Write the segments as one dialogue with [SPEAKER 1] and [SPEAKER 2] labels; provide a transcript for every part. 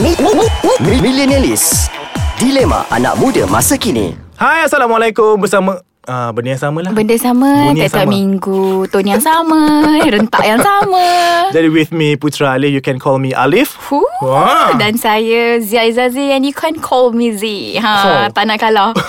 [SPEAKER 1] Mi- mi- mi- mi- Millenialis Dilema anak muda masa kini
[SPEAKER 2] Hai, Assalamualaikum bersama Ah, benda yang sama lah
[SPEAKER 3] Benda
[SPEAKER 2] Bunyi
[SPEAKER 3] sama,
[SPEAKER 2] yang
[SPEAKER 3] tiap-tiap
[SPEAKER 2] sama.
[SPEAKER 3] minggu, ton yang sama, rentak yang sama.
[SPEAKER 2] Jadi with me Putra Ali You can call me Alif
[SPEAKER 3] Huh.
[SPEAKER 2] Wah.
[SPEAKER 3] Dan saya Zia Izazi and you can call me Z.
[SPEAKER 2] Oh.
[SPEAKER 3] Ha, tak nak kalah.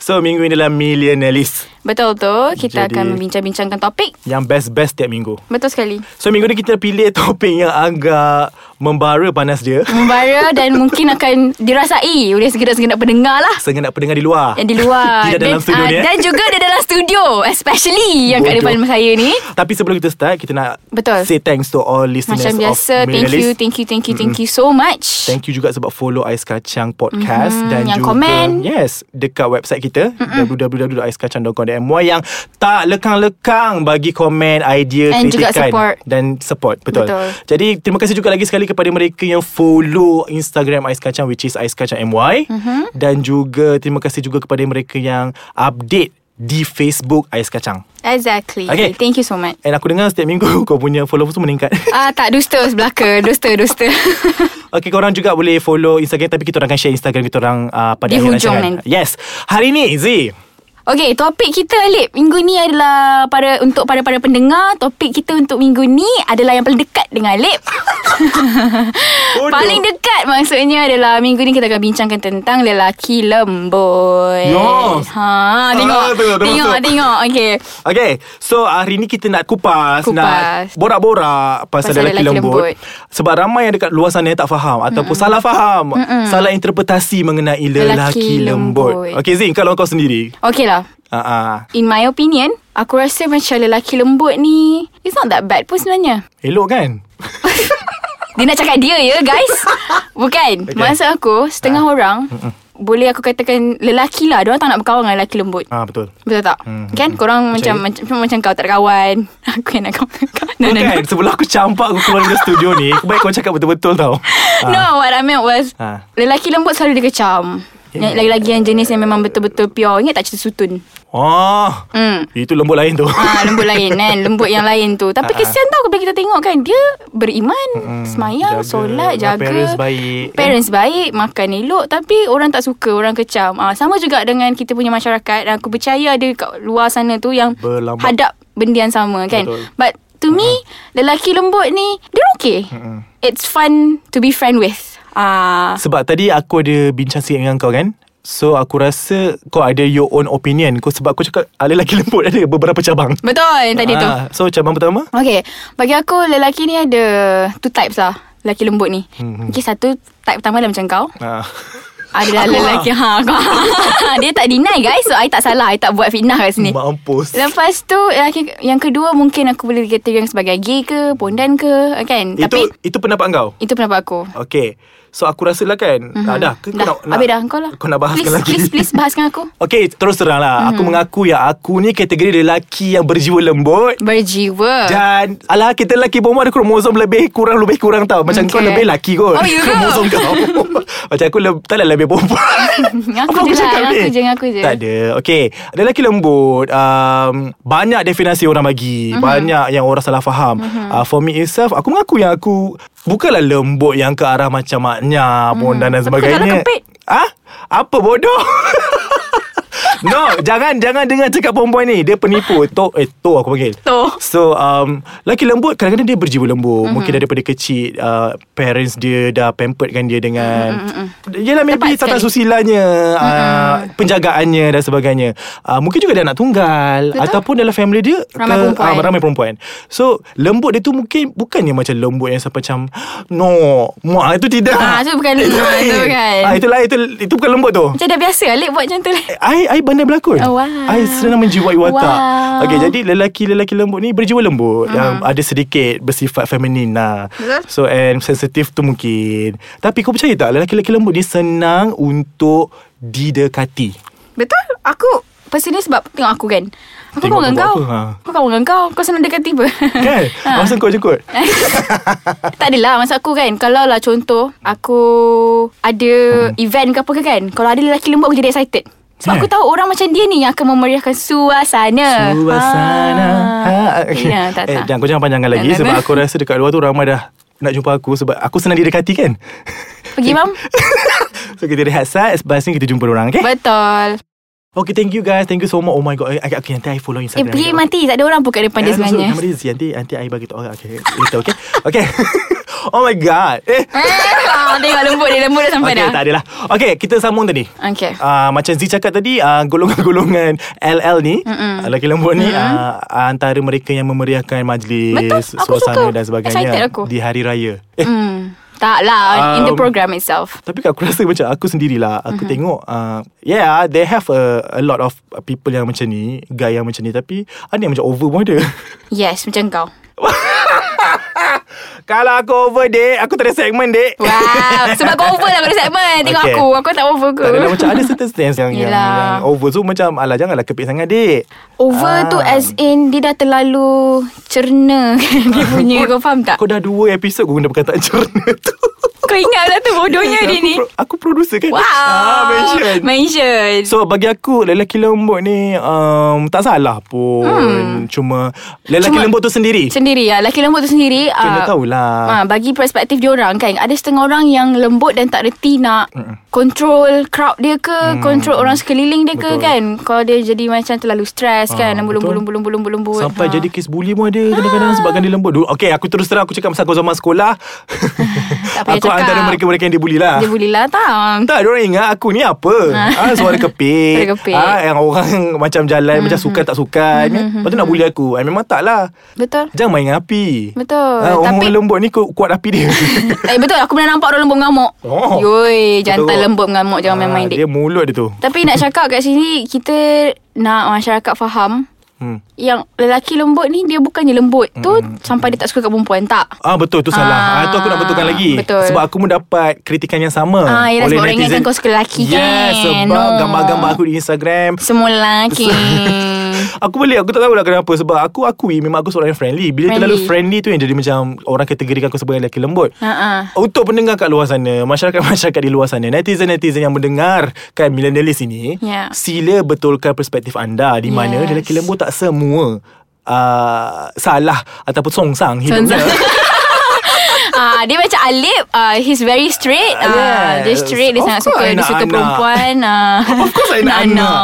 [SPEAKER 2] So minggu ini adalah Millionaires
[SPEAKER 3] Betul tu, kita
[SPEAKER 2] Jadi-
[SPEAKER 3] akan membincang-bincangkan topik.
[SPEAKER 2] Yang best-best tiap minggu
[SPEAKER 3] Betul sekali.
[SPEAKER 2] So minggu ni kita pilih topik yang agak Membara panas dia
[SPEAKER 3] Hmm. Membara dan mungkin akan dirasai oleh segenap-segenap pendengar lah.
[SPEAKER 2] Sehingga nak pendengar di luar
[SPEAKER 3] Yang di luar
[SPEAKER 2] Tidak dalam
[SPEAKER 3] dan,
[SPEAKER 2] studio
[SPEAKER 3] ah,
[SPEAKER 2] ni, eh?
[SPEAKER 3] Dan juga dia dalam studio Especially Yang kat
[SPEAKER 2] Bodoh.
[SPEAKER 3] depan saya ni
[SPEAKER 2] Tapi sebelum kita start Kita nak
[SPEAKER 3] Betul.
[SPEAKER 2] Say thanks to all listeners of
[SPEAKER 3] Macam biasa Thank
[SPEAKER 2] Millenialis.
[SPEAKER 3] you Thank you Thank you Thank you so much
[SPEAKER 2] Thank you juga sebab follow Ais Kacang Podcast mm-hmm.
[SPEAKER 3] Mhm,
[SPEAKER 2] Dan
[SPEAKER 3] yang
[SPEAKER 2] juga
[SPEAKER 3] komen.
[SPEAKER 2] Yes Dekat website kita mm-hmm. www.aiskacang.com.my Yang tak lekang-lekang Bagi komen, idea,
[SPEAKER 3] And juga
[SPEAKER 2] kritikan
[SPEAKER 3] support.
[SPEAKER 2] Dan support Betul.
[SPEAKER 3] Betul.
[SPEAKER 2] Jadi terima kasih juga lagi sekali Kepada mereka yang follow Instagram Ais Kacang Which is Ais Kacang MY mm-hmm.
[SPEAKER 3] Mhm.
[SPEAKER 2] Dan juga terima kasih juga kepada mereka yang Update di Facebook Ais Kacang
[SPEAKER 3] Exactly
[SPEAKER 2] Okay.
[SPEAKER 3] Thank you so much
[SPEAKER 2] And aku dengar setiap minggu Kau punya followers tu meningkat
[SPEAKER 3] Ah tak dusta sebelah ke Dusta dusta
[SPEAKER 2] Okay korang juga boleh follow Instagram Tapi kita orang akan share Instagram kita orang uh, Pada
[SPEAKER 3] Di
[SPEAKER 2] akhir
[SPEAKER 3] hujung
[SPEAKER 2] rancangan.
[SPEAKER 3] nanti.
[SPEAKER 2] Yes Hari ni Z
[SPEAKER 3] Okay topik kita Alip Minggu ni adalah para Untuk para-para pendengar Topik kita untuk minggu ni Adalah yang paling dekat dengan Alip Paling dekat maksudnya adalah Minggu ni kita akan bincangkan tentang Lelaki lembut
[SPEAKER 2] Yes.
[SPEAKER 3] ha, Tengok
[SPEAKER 2] Ah, tengok, tengok,
[SPEAKER 3] Tengok
[SPEAKER 2] tengok.
[SPEAKER 3] Tengok Okay
[SPEAKER 2] Okay So hari ni kita nak kupas,
[SPEAKER 3] Kupas.
[SPEAKER 2] Nak borak-borak Pasal,
[SPEAKER 3] Pasal
[SPEAKER 2] lelaki,
[SPEAKER 3] lelaki
[SPEAKER 2] lembut.
[SPEAKER 3] lembut.
[SPEAKER 2] Sebab ramai yang dekat luar sana Yang tak faham Ataupun salah faham Salah interpretasi Mengenai lelaki,
[SPEAKER 3] Lelaki
[SPEAKER 2] lembut.
[SPEAKER 3] lembut.
[SPEAKER 2] Okay Z Kalau kau sendiri
[SPEAKER 3] Okay lah
[SPEAKER 2] uh-uh.
[SPEAKER 3] In my opinion Aku rasa macam lelaki lembut ni It's not that bad pun sebenarnya
[SPEAKER 2] Elok kan
[SPEAKER 3] Dia nak cakap dia ya guys
[SPEAKER 2] Okay. Ah.
[SPEAKER 3] Bukan okay. Maksud aku Setengah orang Boleh aku katakan Lelaki lah Diorang tak nak berkawan dengan lelaki lembut
[SPEAKER 2] Ah Betul
[SPEAKER 3] Betul tak?
[SPEAKER 2] Hmm.
[SPEAKER 3] Kan korang
[SPEAKER 2] Macam
[SPEAKER 3] macam, macam macam kau tak ada kawan Aku yang nak kawan kau No no no
[SPEAKER 2] Bukan Sebelum aku campak Aku keluar dari studio ni Aku baik kau cakap betul-betul tau Ah.
[SPEAKER 3] No, what I meant was
[SPEAKER 2] Ah.
[SPEAKER 3] Lelaki lembut selalu dikecam
[SPEAKER 2] Yeah.
[SPEAKER 3] Lagi-lagi yang jenis yang memang betul-betul pure Ingat tak cerita sutun?
[SPEAKER 2] Oh
[SPEAKER 3] Hmm
[SPEAKER 2] Itu lembut lain tu
[SPEAKER 3] Ah, lembut lain kan Lembut yang lain tu Tapi
[SPEAKER 2] Ah, ah.
[SPEAKER 3] kesian tau Bila kita tengok kan Dia beriman
[SPEAKER 2] jaga,
[SPEAKER 3] Semayang Solat Jaga
[SPEAKER 2] parents baik, kan?
[SPEAKER 3] Parents baik Makan elok Tapi orang tak suka Orang kecam ah, Sama juga dengan Kita punya masyarakat Dan aku percaya Ada kat luar sana tu Yang
[SPEAKER 2] Berlambak.
[SPEAKER 3] hadap Benda yang sama kan
[SPEAKER 2] Betul.
[SPEAKER 3] But to me Lelaki lembut ni Dia okay It's fun To be friend with Ah,
[SPEAKER 2] Sebab tadi aku ada bincang sikit dengan kau kan So aku rasa kau ada your own opinion kau Sebab aku cakap ah, lelaki lembut ada beberapa cabang
[SPEAKER 3] Betul yang tadi tu
[SPEAKER 2] Ah, So cabang pertama
[SPEAKER 3] Okay Bagi aku lelaki ni ada Two types lah Lelaki lembut ni hmm. Okay satu Type pertama adalah macam kau
[SPEAKER 2] ah.
[SPEAKER 3] Adalah
[SPEAKER 2] Aku lah.
[SPEAKER 3] lelaki ha, aku, Dia tak deny guys So I tak salah I tak buat fitnah kat sini
[SPEAKER 2] Mampus
[SPEAKER 3] Lepas tu lelaki, Yang kedua mungkin aku boleh dikatakan Sebagai gay ke Pondan ke Kan
[SPEAKER 2] Itu
[SPEAKER 3] Tapi
[SPEAKER 2] itu pendapat kau
[SPEAKER 3] Itu pendapat aku
[SPEAKER 2] Okay So aku rasa lah kan mm-hmm. ah, Dah ke
[SPEAKER 3] Mhm. Dah
[SPEAKER 2] kau nak, nak
[SPEAKER 3] Habis dah kau lah
[SPEAKER 2] Kau nak bahaskan
[SPEAKER 3] please,
[SPEAKER 2] lagi
[SPEAKER 3] Please please Mhm. bahaskan aku
[SPEAKER 2] Okay terus terang lah Aku mengaku yang aku ni kategori lelaki yang berjiwa lembut
[SPEAKER 3] Berjiwa
[SPEAKER 2] Dan Alah kita lelaki perempuan Ada kromosom lebih Kurang lebih kurang tau Macam okay. kau
[SPEAKER 3] Okay.
[SPEAKER 2] lebih lelaki kot
[SPEAKER 3] Oh, you go.
[SPEAKER 2] Kromosom kau Macam aku le- Tak ada lebih perempuan
[SPEAKER 3] Ngaku
[SPEAKER 2] Apa
[SPEAKER 3] je lah,
[SPEAKER 2] cakap
[SPEAKER 3] ngaku
[SPEAKER 2] ni?
[SPEAKER 3] je, ngaku je.
[SPEAKER 2] Tak ada Okay Ada lelaki lembut um, Banyak definasi orang bagi
[SPEAKER 3] Mhm.
[SPEAKER 2] mm-hmm. Banyak yang orang salah faham mm-hmm. uh, For me itself Aku mengaku yang aku Bukanlah lembut yang ke arah macam maknya mm. Pondan dan
[SPEAKER 3] Tapi Mhm. kau tak
[SPEAKER 2] sebagainya
[SPEAKER 3] lekepit.
[SPEAKER 2] Ah, Apa bodoh No Jangan Jangan dengar cakap perempuan ni Dia penipu Tok Eh Tok aku panggil
[SPEAKER 3] Tok. Mhm.
[SPEAKER 2] So um, Lelaki lembut Kadang-kadang dia berjiwa lembut mm-hmm. Mungkin daripada kecil uh, Parents dia Dah pamperedkan dia
[SPEAKER 3] Mhm,
[SPEAKER 2] dengan mm-hmm. Yelah maybe
[SPEAKER 3] Tepat
[SPEAKER 2] Tata
[SPEAKER 3] sekali. Mhm.
[SPEAKER 2] susilanya mm-hmm. uh, Penjagaannya Dan sebagainya uh, Mungkin juga dia anak tunggal Betul.
[SPEAKER 3] Betul.
[SPEAKER 2] Ataupun dalam family dia
[SPEAKER 3] Ramai perempuan.
[SPEAKER 2] ah, Ramai perempuan So Lembut dia tu mungkin Bukannya macam lembut Yang sampai macam No Muak itu tidak
[SPEAKER 3] Ah, tu bukan-
[SPEAKER 2] Itu
[SPEAKER 3] ah,
[SPEAKER 2] lain.
[SPEAKER 3] tu bukan.
[SPEAKER 2] ah, Itu lain itu, itu bukan lembut tu
[SPEAKER 3] Macam dah biasa Alip buat macam tu lah
[SPEAKER 2] I, I pandai berlakon
[SPEAKER 3] Oh, wow.
[SPEAKER 2] I senang menjiwai watak
[SPEAKER 3] Wow. Mhm.
[SPEAKER 2] Okay jadi lelaki-lelaki lembut ni Berjiwa lembut mm-hmm. um, Ada sedikit bersifat feminin lah
[SPEAKER 3] Betul.
[SPEAKER 2] So and sensitif tu mungkin Tapi kau percaya tak Lelaki-lelaki lembut ni senang Untuk didekati
[SPEAKER 3] Betul Aku Personally sebab Tengok aku kan Aku
[SPEAKER 2] Tengok
[SPEAKER 3] kawan dengan
[SPEAKER 2] kau
[SPEAKER 3] kau
[SPEAKER 2] buat apa, ha?
[SPEAKER 3] Aku kawan dengan kau Kau senang dekat tiba Ha.
[SPEAKER 2] Kan
[SPEAKER 3] Ah.
[SPEAKER 2] Masa kau je kot
[SPEAKER 3] Tak adalah Maksud aku kan Kalau lah contoh Aku Ada hmm. Event ke apa ke kan Kalau ada lelaki lembut Aku jadi excited Sebab
[SPEAKER 2] Eh.
[SPEAKER 3] aku tahu Orang macam dia ni Yang akan memeriahkan suasana
[SPEAKER 2] Suasana
[SPEAKER 3] ha.
[SPEAKER 2] ha.
[SPEAKER 3] Ya tak
[SPEAKER 2] Eh
[SPEAKER 3] tak
[SPEAKER 2] jangan kau jangan panjangkan lagi
[SPEAKER 3] Jangan,
[SPEAKER 2] Sebab
[SPEAKER 3] eh.
[SPEAKER 2] aku rasa dekat luar tu Ramai dah nak jumpa aku sebab aku senang didekati kan.
[SPEAKER 3] Pergi mam
[SPEAKER 2] so kita rehat sat Lepas ni kita jumpa orang okay?
[SPEAKER 3] Betul
[SPEAKER 2] Okay thank you guys Thank you so much Oh my god I, I, Okay nanti I follow
[SPEAKER 3] Eh
[SPEAKER 2] Instagram
[SPEAKER 3] pergi mati Tak ada orang pun kat depan
[SPEAKER 2] Eh,
[SPEAKER 3] dia
[SPEAKER 2] so, so,
[SPEAKER 3] sebenarnya
[SPEAKER 2] Nama dia Zee Nanti, nanti I bagi tahu orang Okay later okay Okay Oh my god Eh
[SPEAKER 3] Ah, Tengok lembut dia Lembut dah sampai
[SPEAKER 2] Okay
[SPEAKER 3] dah
[SPEAKER 2] tak adalah Okay kita sambung tadi
[SPEAKER 3] Okay
[SPEAKER 2] Uh, macam Zee cakap tadi uh, Golongan-golongan LL ni uh, Lelaki lembut ni uh, Antara mereka yang memeriahkan Majlis
[SPEAKER 3] Betul, aku
[SPEAKER 2] Suasana
[SPEAKER 3] suka.
[SPEAKER 2] dan sebagainya
[SPEAKER 3] Excited aku.
[SPEAKER 2] Di hari raya Eh
[SPEAKER 3] Hmm. Tak lah In
[SPEAKER 2] Um,
[SPEAKER 3] the program itself
[SPEAKER 2] Tapi aku rasa macam aku sendirilah Aku mm-hmm. tengok uh, Yeah They have a, a lot of people yang macam ni Guy yang macam ni Tapi ada yang macam over pun ada
[SPEAKER 3] Yes macam kau
[SPEAKER 2] Kalau aku over dek Aku tak ada segmen dek
[SPEAKER 3] Wow Sebab kau over lah Kau ada segmen Tengok
[SPEAKER 2] Okay.
[SPEAKER 3] aku Aku tak over ke
[SPEAKER 2] Tak adalah macam ada certain stance yang, yang,
[SPEAKER 3] Yelah.
[SPEAKER 2] yang over So macam alah janganlah kepit sangat dek Ah.
[SPEAKER 3] Over tu as in Dia dah terlalu Cerna Dia punya Kau faham
[SPEAKER 2] Ah.
[SPEAKER 3] tak
[SPEAKER 2] Kau dah dua episod Kau guna perkataan cerna tu
[SPEAKER 3] Kau ingat lah tu Bodohnya dia
[SPEAKER 2] aku,
[SPEAKER 3] ni
[SPEAKER 2] pro- aku producer kan
[SPEAKER 3] Wow
[SPEAKER 2] ah, mention.
[SPEAKER 3] Mention so,
[SPEAKER 2] So bagi aku Lelaki lembut ni um, Tak salah pun hmm. Cuma Lelaki
[SPEAKER 3] Cuma-
[SPEAKER 2] lembut tu sendiri
[SPEAKER 3] Sendiri lah Lelaki lembut tu sendiri
[SPEAKER 2] Kena
[SPEAKER 3] ah,
[SPEAKER 2] tahulah
[SPEAKER 3] Ha, bagi perspektif dia orang kan Ada setengah orang yang lembut dan tak reti nak Control crowd dia ke Control orang sekeliling dia
[SPEAKER 2] Hmm. Betul.
[SPEAKER 3] ke kan Kalau dia jadi macam terlalu stres
[SPEAKER 2] Ah,
[SPEAKER 3] kan Lembut-lembut
[SPEAKER 2] betul.
[SPEAKER 3] lembut-lembut lembut Ha.
[SPEAKER 2] Sampai jadi kes bully pun ada
[SPEAKER 3] Ah.
[SPEAKER 2] Kadang-kadang sebabkan dia lembut Dulu- Okay aku terus terang Aku cakap masa aku zaman sekolah
[SPEAKER 3] Tak payah
[SPEAKER 2] Aku
[SPEAKER 3] cakap.
[SPEAKER 2] antara mereka-mereka yang dibully lah
[SPEAKER 3] Dia boleh lah tak
[SPEAKER 2] tak, diorang ingat aku ni apa ha, Suara kepit
[SPEAKER 3] Suara kepit. Mm-hmm.
[SPEAKER 2] ha, Yang orang macam jalan Macam sukan tak sukan Lepas tu nak bully aku eh, Memang tak lah
[SPEAKER 3] Betul
[SPEAKER 2] Jangan main dengan api
[SPEAKER 3] Betul.
[SPEAKER 2] ha, Orang
[SPEAKER 3] Tapi-
[SPEAKER 2] lembut ni ku- kuat api dia
[SPEAKER 3] Eh betul aku pernah nampak orang lembut mengamuk
[SPEAKER 2] Oh.
[SPEAKER 3] Yoi
[SPEAKER 2] Betul.
[SPEAKER 3] Jantan lembut mengamuk Jangan
[SPEAKER 2] Ah,
[SPEAKER 3] main-main
[SPEAKER 2] Dia
[SPEAKER 3] dik
[SPEAKER 2] mulut dia tu
[SPEAKER 3] Tapi nak cakap kat sini Kita nak masyarakat faham
[SPEAKER 2] hmm.
[SPEAKER 3] Yang lelaki lembut ni Dia bukannya lembut tu Sampai dia tak suka kat perempuan Tak
[SPEAKER 2] Ah betul tu salah. Ah, tu aku nak betulkan lagi.
[SPEAKER 3] betul.
[SPEAKER 2] Sebab aku pun dapat kritikan yang sama
[SPEAKER 3] Ah, yelah, sebab orang ingatkan
[SPEAKER 2] netizen.
[SPEAKER 3] kau suka lelaki
[SPEAKER 2] yes,
[SPEAKER 3] kan?
[SPEAKER 2] sebab
[SPEAKER 3] No.
[SPEAKER 2] gambar-gambar aku di Instagram
[SPEAKER 3] Semua lelaki
[SPEAKER 2] Aku boleh Aku tak tahu lah kenapa Sebab aku akui Memang aku seorang yang friendly Bila
[SPEAKER 3] Friendly.
[SPEAKER 2] terlalu friendly tu Yang jadi macam Orang kategorikan aku sebagai lelaki lembut
[SPEAKER 3] Ha-ha.
[SPEAKER 2] Untuk pendengar kat luar sana Masyarakat-masyarakat di luar sana Netizen-netizen yang mendengar Kan millennialis ini
[SPEAKER 3] Ya.
[SPEAKER 2] Sila betulkan perspektif anda Di mana
[SPEAKER 3] Yes.
[SPEAKER 2] lelaki lembut tak semua uh, Salah Ataupun songsang hidupnya
[SPEAKER 3] Ah, dia macam Alip ah, He's very straight ah,
[SPEAKER 2] Yes.
[SPEAKER 3] Dia straight Dia
[SPEAKER 2] Of
[SPEAKER 3] sangat
[SPEAKER 2] course I
[SPEAKER 3] suka Dia
[SPEAKER 2] nak
[SPEAKER 3] suka
[SPEAKER 2] anak.
[SPEAKER 3] perempuan ah.
[SPEAKER 2] Of course I nak anak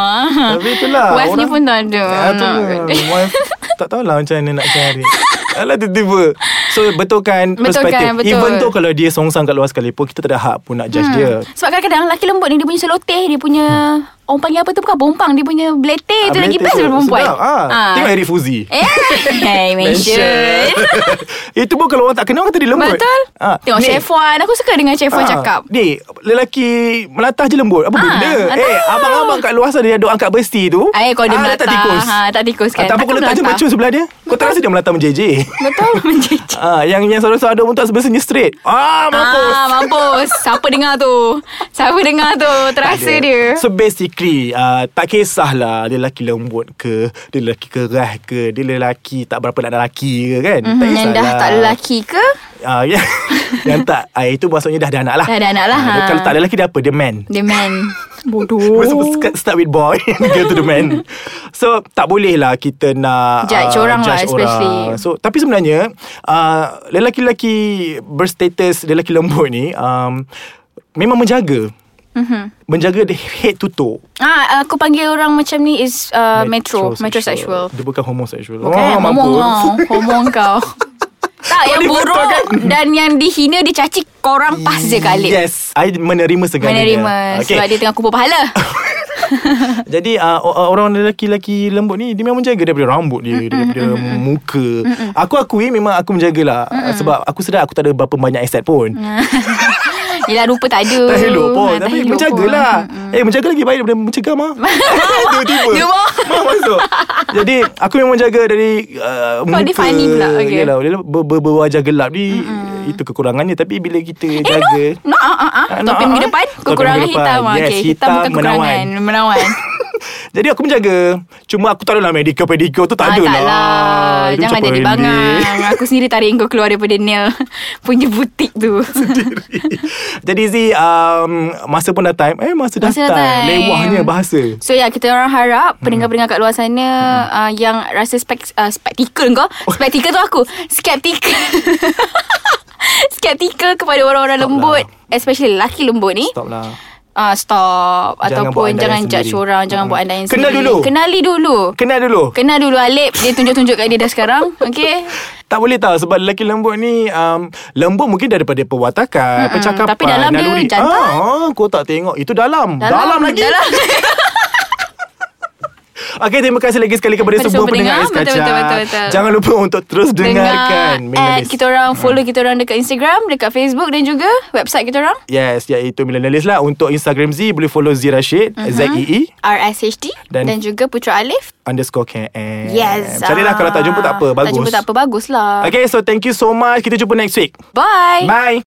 [SPEAKER 2] Tapi itulah
[SPEAKER 3] Wife ni
[SPEAKER 2] orang-
[SPEAKER 3] pun tak ada
[SPEAKER 2] Ah, tu
[SPEAKER 3] anak.
[SPEAKER 2] lah. Wife tak tahulah macam mana nak cari Alah tiba-tiba So betulkan
[SPEAKER 3] Betulkan,
[SPEAKER 2] perspektif
[SPEAKER 3] betul.
[SPEAKER 2] Even tu kalau dia songsang kat luar sekali pun Kita tak ada hak pun nak judge hmm. dia
[SPEAKER 3] Sebab kadang-kadang lelaki lembut ni Dia punya seloteh Dia punya Orang panggil apa tu Bukan bompang Dia punya beleteh
[SPEAKER 2] Ah,
[SPEAKER 3] Tu lagi
[SPEAKER 2] better
[SPEAKER 3] best
[SPEAKER 2] tu.
[SPEAKER 3] daripada perempuan
[SPEAKER 2] Sedap. ah.
[SPEAKER 3] Ah.
[SPEAKER 2] Tengok Eric Fuzi
[SPEAKER 3] Eh Hey mention
[SPEAKER 2] Itu pun kalau orang tak kenal Orang tadi lembut
[SPEAKER 3] Betul
[SPEAKER 2] Ah,
[SPEAKER 3] Tengok
[SPEAKER 2] ni.
[SPEAKER 3] Chef Wan Aku suka dengar Chef Wan
[SPEAKER 2] Ah,
[SPEAKER 3] cakap
[SPEAKER 2] Ni Lelaki Melatah je lembut Apa
[SPEAKER 3] Ah,
[SPEAKER 2] benda
[SPEAKER 3] tak
[SPEAKER 2] Eh
[SPEAKER 3] tahu.
[SPEAKER 2] abang-abang kat luar sana Yang duk angkat besi tu
[SPEAKER 3] Eh, kalau
[SPEAKER 2] ah,
[SPEAKER 3] dia
[SPEAKER 2] Tak
[SPEAKER 3] melatah,
[SPEAKER 2] tikus
[SPEAKER 3] ah, tak tikus kan.
[SPEAKER 2] ah, Tak apa
[SPEAKER 3] Takkan
[SPEAKER 2] kau letak je
[SPEAKER 3] melatah.
[SPEAKER 2] macun sebelah dia Kau tak rasa dia melatah menjejeh
[SPEAKER 3] Betul Menjejik
[SPEAKER 2] Ah, yang yang selalu ada pun tak sebesarnya straight. Ah, mampus.
[SPEAKER 3] Ah, mampus. Siapa dengar tu? Siapa dengar tu? Terasa dia.
[SPEAKER 2] So basically uh, Tak kisahlah Dia lelaki lembut ke Dia lelaki keras ke Dia lelaki tak berapa nak lelaki ke kan mm-hmm, Tak
[SPEAKER 3] Mhm,
[SPEAKER 2] kisahlah
[SPEAKER 3] yang dah tak lelaki ke?
[SPEAKER 2] uh, yeah. Yang tak uh, Itu maksudnya dah ada anak lah
[SPEAKER 3] Dah ada anak lah,
[SPEAKER 2] Ah, dia,
[SPEAKER 3] ha. Oh.
[SPEAKER 2] Kalau tak ada lelaki dia apa Dia man
[SPEAKER 3] Dia man.
[SPEAKER 2] We're
[SPEAKER 3] Bodoh.
[SPEAKER 2] supposed to start- start with boy And go to the man So tak boleh lah Kita nak ah,
[SPEAKER 3] Judge orang lah
[SPEAKER 2] judge
[SPEAKER 3] especially.
[SPEAKER 2] So tapi sebenarnya uh, Lelaki-lelaki Berstatus Lelaki lembut ni um, Memang menjaga mm-hmm. Menjaga the head to toe
[SPEAKER 3] Ah, aku panggil orang macam ni is uh, metro, metrosexual. Kan?
[SPEAKER 2] Dia bukan homosexual
[SPEAKER 3] Bukan,
[SPEAKER 2] oh,
[SPEAKER 3] homong
[SPEAKER 2] mampus.
[SPEAKER 3] kau. Homong kau. tak,
[SPEAKER 2] dia
[SPEAKER 3] yang buruk
[SPEAKER 2] betulkan.
[SPEAKER 3] dan yang dihina dicaci korang pas je kali.
[SPEAKER 2] Yes I menerima segalanya
[SPEAKER 3] Menerima
[SPEAKER 2] Okay.
[SPEAKER 3] sebab dia tengah kumpul pahala.
[SPEAKER 2] Jadi uh, o- o- orang lelaki-lelaki lembut ni Dia memang jaga daripada rambut dia Daripada muka Aku akui memang aku menjagalah mm Sebab aku sedar aku tak ada berapa banyak aset pun
[SPEAKER 3] Yelah rupa tak ada.
[SPEAKER 2] Tak elok pun
[SPEAKER 3] Ah, tak
[SPEAKER 2] Tapi
[SPEAKER 3] elok
[SPEAKER 2] menjagalah
[SPEAKER 3] pun.
[SPEAKER 2] Eh menjaga lagi baik daripada mencegah mah Tiba-tiba
[SPEAKER 3] Dia mah.
[SPEAKER 2] Mah masuk Jadi aku memang jaga dari uh,
[SPEAKER 3] Kau
[SPEAKER 2] Muka
[SPEAKER 3] dia funny pula, okay.
[SPEAKER 2] Yalah, dia ber, ber, berwajah gelap ni Itu kekurangannya Tapi bila kita jaga
[SPEAKER 3] Eh no, no, ah, ah, ah.
[SPEAKER 2] Ah, no,
[SPEAKER 3] Topi
[SPEAKER 2] ah,
[SPEAKER 3] minggu
[SPEAKER 2] ah.
[SPEAKER 3] depan
[SPEAKER 2] Topi
[SPEAKER 3] Kekurangan
[SPEAKER 2] minggu depan.
[SPEAKER 3] hitam ah.
[SPEAKER 2] Yes,
[SPEAKER 3] Okey,
[SPEAKER 2] hitam
[SPEAKER 3] bukan kekurangan Menawan
[SPEAKER 2] Jadi aku menjaga Cuma aku tak adalah medical pedicure tu tak
[SPEAKER 3] ah,
[SPEAKER 2] ada
[SPEAKER 3] Tak
[SPEAKER 2] lah
[SPEAKER 3] lah
[SPEAKER 2] Dia
[SPEAKER 3] Jangan
[SPEAKER 2] macam
[SPEAKER 3] jadi
[SPEAKER 2] pendek.
[SPEAKER 3] bangang Aku sendiri tarik kau keluar daripada nail Punya butik tu
[SPEAKER 2] Jadi Z um, Masa pun dah time Eh masa dah
[SPEAKER 3] Masa dah
[SPEAKER 2] time
[SPEAKER 3] time.
[SPEAKER 2] Lewahnya bahasa
[SPEAKER 3] So ya yeah, kita orang
[SPEAKER 2] Hmm.
[SPEAKER 3] harap Pendengar-pendengar kat luar sana uh,
[SPEAKER 2] Oh.
[SPEAKER 3] Yang rasa spek, uh, spektikal kau Spektikal tu aku Skeptikal skeptical kepada orang-orang
[SPEAKER 2] Stop lah.
[SPEAKER 3] lembut especially lelaki lembut ni
[SPEAKER 2] Stop lah
[SPEAKER 3] Ah
[SPEAKER 2] Jangan
[SPEAKER 3] stop
[SPEAKER 2] buat
[SPEAKER 3] ataupun
[SPEAKER 2] andaian
[SPEAKER 3] jangan judge
[SPEAKER 2] sendiri. Hmm.
[SPEAKER 3] orang, jangan buat andaian
[SPEAKER 2] Kenal
[SPEAKER 3] sendiri.
[SPEAKER 2] dulu.
[SPEAKER 3] Kenali dulu.
[SPEAKER 2] Kenal dulu
[SPEAKER 3] Kenal dulu Alip Dia tunjuk-tunjuk kat dia dah sekarang Okay
[SPEAKER 2] Tak boleh tahu sebab lelaki lembut ni um, lembut mungkin daripada perwatakan,
[SPEAKER 3] Mm-mm.
[SPEAKER 2] Mm-mm. percakapan,
[SPEAKER 3] Tapi dalam dia
[SPEAKER 2] naluri.
[SPEAKER 3] jantan.
[SPEAKER 2] Ah, kau tak tengok itu dalam.
[SPEAKER 3] lah.
[SPEAKER 2] Dalam, dalam lagi.
[SPEAKER 3] Dalam
[SPEAKER 2] Okey, terima kasih lagi sekali kepada
[SPEAKER 3] Kepada
[SPEAKER 2] semua
[SPEAKER 3] semua
[SPEAKER 2] pendengar Ais
[SPEAKER 3] pendengar. Betul,
[SPEAKER 2] Kacang.
[SPEAKER 3] betul, betul, betul.
[SPEAKER 2] Jangan lupa untuk terus dengarkan Hmm.
[SPEAKER 3] Dengar At
[SPEAKER 2] Millennialist.
[SPEAKER 3] kita orang Follow kita orang dekat Instagram Dekat Facebook Dan juga Website kita orang
[SPEAKER 2] Yes, iaitu Millennialist lah. Untuk Instagram Z, boleh follow Z E Rashid, Z-E-E
[SPEAKER 3] RSHD Dan,
[SPEAKER 2] Dan-
[SPEAKER 3] dan juga Putra Alif
[SPEAKER 2] underscore KN.
[SPEAKER 3] Yes
[SPEAKER 2] Carilah
[SPEAKER 3] Ah.
[SPEAKER 2] kalau tak jumpa tak apa, bagus.
[SPEAKER 3] Tak jumpa tak apa Bagus lah
[SPEAKER 2] Okay, so thank you so much. Kita jumpa next week.
[SPEAKER 3] Bye
[SPEAKER 2] Bye.